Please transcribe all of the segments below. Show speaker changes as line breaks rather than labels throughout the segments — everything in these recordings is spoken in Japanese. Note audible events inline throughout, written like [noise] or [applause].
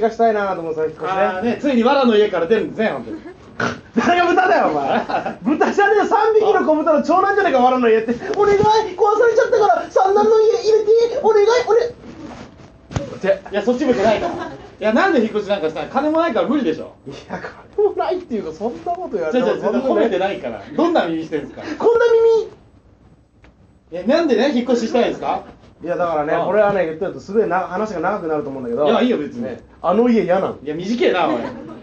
かしたいなと思ってた
あ
ら
あね、ついに藁の家から出るんですね、本当に。
誰が豚だよお前
[laughs]
豚じゃねえよ3匹の子豚の長男じゃねえか藁の家ってお願い壊されちゃったからサンダルの家入れてお願い俺って
いや、そっち向けないから。いや、なんで引っ越しなんかしたら金もないから無理でしょ。
いや金もないっていうかそんなこと言われ
じ
て
ゃ
も
じゃ
そんな
褒めてないいから。どんな耳してるんですかい
こんな耳
や、なんでね、引っ越ししたいんですか
いやだからね
ああ
これはね言ってるとすごいな話が長くなると思うんだけど
いやいいよ別に
あの家嫌なの
いや、短えな、お前。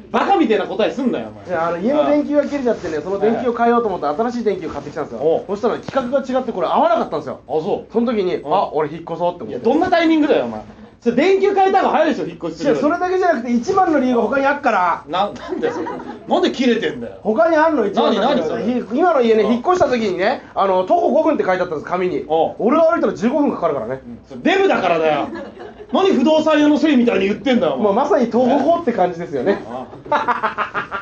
バカみたいな答えすんなよ、お前。
じゃああの家の電球が切れちゃってねその電球を変えようと思って新しい電球を買ってきたんです
お
よ
う
そしたら企画が違ってこれ合わなかったんですよ
あ、そ
その時に
ん
あ俺引っ越そうって
う。い
思
や、
っ
ど
て
んなタイミングだよ、お前。それ電球変えた方が早いでしょ、引っ越しす
じゃ
る
あそれだけじゃなくて一番の理由が他にあっから
な、なんだよ、それ。なんで切れてんだよ。
他にあるの一番
何何それ
ひ今の家ね
うん
引っ越した時にねあの徒歩5分って書いてあったんです紙に
おう
俺が歩いたら15分かかるからね
それデブだからだよ。何不動産屋のせいみたいに言ってんだよ、お
もう
前。
まさに徒歩法って感じですよね
あ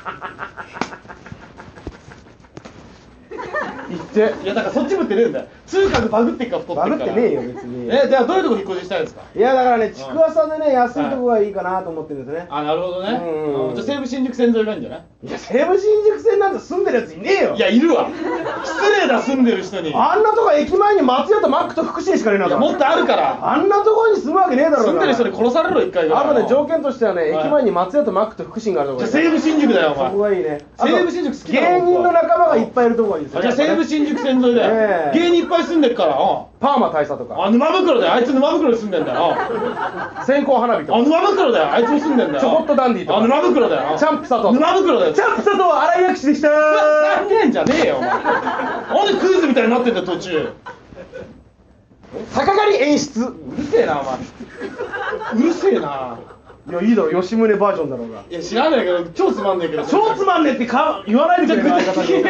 行って
いやだからそっち向ってねえんだよ通貨がバグってっか太ってっから
バグってねえよ別に
えじゃあどういうとこ引っ越ししたいんですか
いやだからねちくわさんでね安いとこがいいかなと思ってるんですね
あなるほどね
うん
あじゃあ西武新宿線沿いがいいんじゃない
いや西武新宿線なんて住んでるやついねえよ
いやいるわ失礼だ住んでる人にいや
あんなとこ駅前に松屋とマックと福神しかねえな
もっとあるから
あんなとこに住むわけねえだろう
住
んな
でる人に殺されろ一回ぐらい
あとね条件としてはね
はい
駅前に松屋とマックと福神があるとこ
じゃあ
がいい
西武新宿だよ
そこ
お前
がいいね
西武
あと
新宿好きだな
芸人の仲間がいっぱいいるとこがいいです
あ
ね
じゃあ西武新宿線沿いだ
え
よ
え
芸人いっぱい住んでるからうん
パーマ大佐とか
あ沼袋だよあいつ沼袋に住んでんだようん
線香花火とか
あ沼袋だよあいつも住んでんだよ
ちょこっとダンディとか
あ沼袋だようん
チャンプ佐藤
沼袋だよ
チャンプ佐藤荒井薬師でした [laughs]
ふざけんじゃねえ [laughs] よお前なんでクイズみたいになってんだよ途中
坂狩り演出
うるせえなお前うるせえない
やいいだろ吉宗バージョンだろうが
いや知らないけど超つまんねえけど
超つまんねえってか言わないでくれよ相方に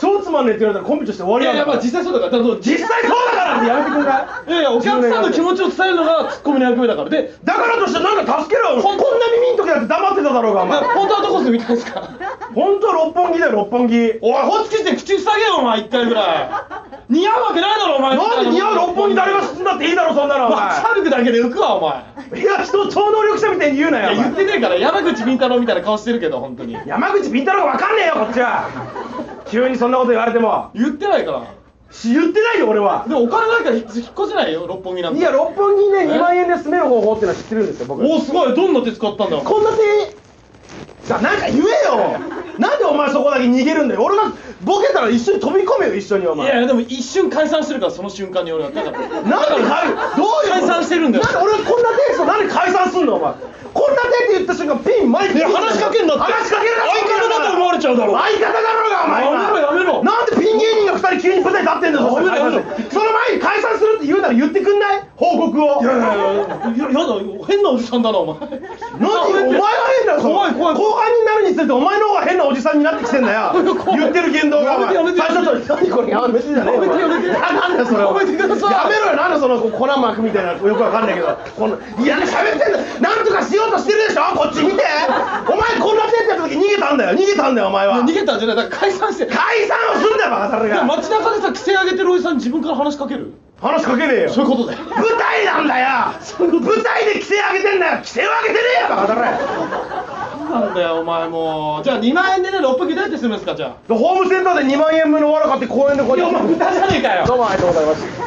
超つまんねえって言われたらコンビとして終わ
い
り
やい
な
や
んだ
まあ実際そうだからだから実際そうだから
やめてくれない
やいやお客さんの気持ちを伝えるのがツッコミの役目だからで
だからとしてなんか助けろよこんな耳ん時だって黙ってただろうがお前
本当はどこ住みたいんですか
本当は六本木だよ六本木
おいホチキスで口塞げよお前一回ぐらい似合うわけないだろお前
なんで似合う六本木誰が進んだっていいだろそんなのお
バッ
前
サルクだけで浮くわお前
いや人を超能力者みたいに言うないよ
や言ってねえから山口み太郎みたいな顔してるけど本当に
山口ピン太郎が分かんねえよこっちは急にそんなこと言われても
言ってないから
し言ってないよ俺は
でもお金ないから引っ越せないよ六本木なん
い
て
や六本木ね
え
2万円で住める方法っていうのは知ってるんですよ僕
おおすごいどんな手使ったんだ
こんな手だなんか言えよなんでお前そこだけ逃げるんだよ俺がボケたら一緒に飛び込めよ一緒にお
いやい
前
やでも一瞬解散してるからその瞬間に俺はだから
なんで解どういうこと
解散してるんだよ
なんで俺がこんな手してなんで解散すんだお前こんな手って言った瞬間ピンマイク
いや話しかけんなって
話しかけるな
相方だと思われちゃうだろ
相方だろうがお前今
やめろやめろ
なんでピン芸人が2人急に舞台立ってんだよそしたら
やめろ
その前に解散するって言うなら言ってくんない報告を
いやいやいややだ変なおじさんだなお前
何お前が変だよその
怖い怖い
後半になるにつれてお前の方が変なおじさんになってきてんだよ
怖い
言ってる言動がお前
やめてやめ
最初
て
と何これやめてじゃねえよお前
やめてやめて
ななんだよそれ
やめてくだ
や
さい
めろよなんだそのこう粉まくみたいなよくわかんないけどこのいや喋ってんだよなんとかしようとしてるでしょこっち見てお前こんな手ってやった時逃げたんだよ逃げたんだよお前は
逃げたんじゃないだから解散して
解散をすんだよバカタレが
街中でさ規制上げてるおじさん自分から話しかける
話しかけねえよ
そういうことだよ
舞台なんだよ舞台で規制上げてんだよ規制を上げてねえよバカタレ
なんだよお前もうじゃあ2万円でね六本木どうやって住むんですかじゃ
ホームセンターで2万円分の藁買って公園でこ
あ
う
いやお前豚じゃねえかよ
どうもありがとうございます。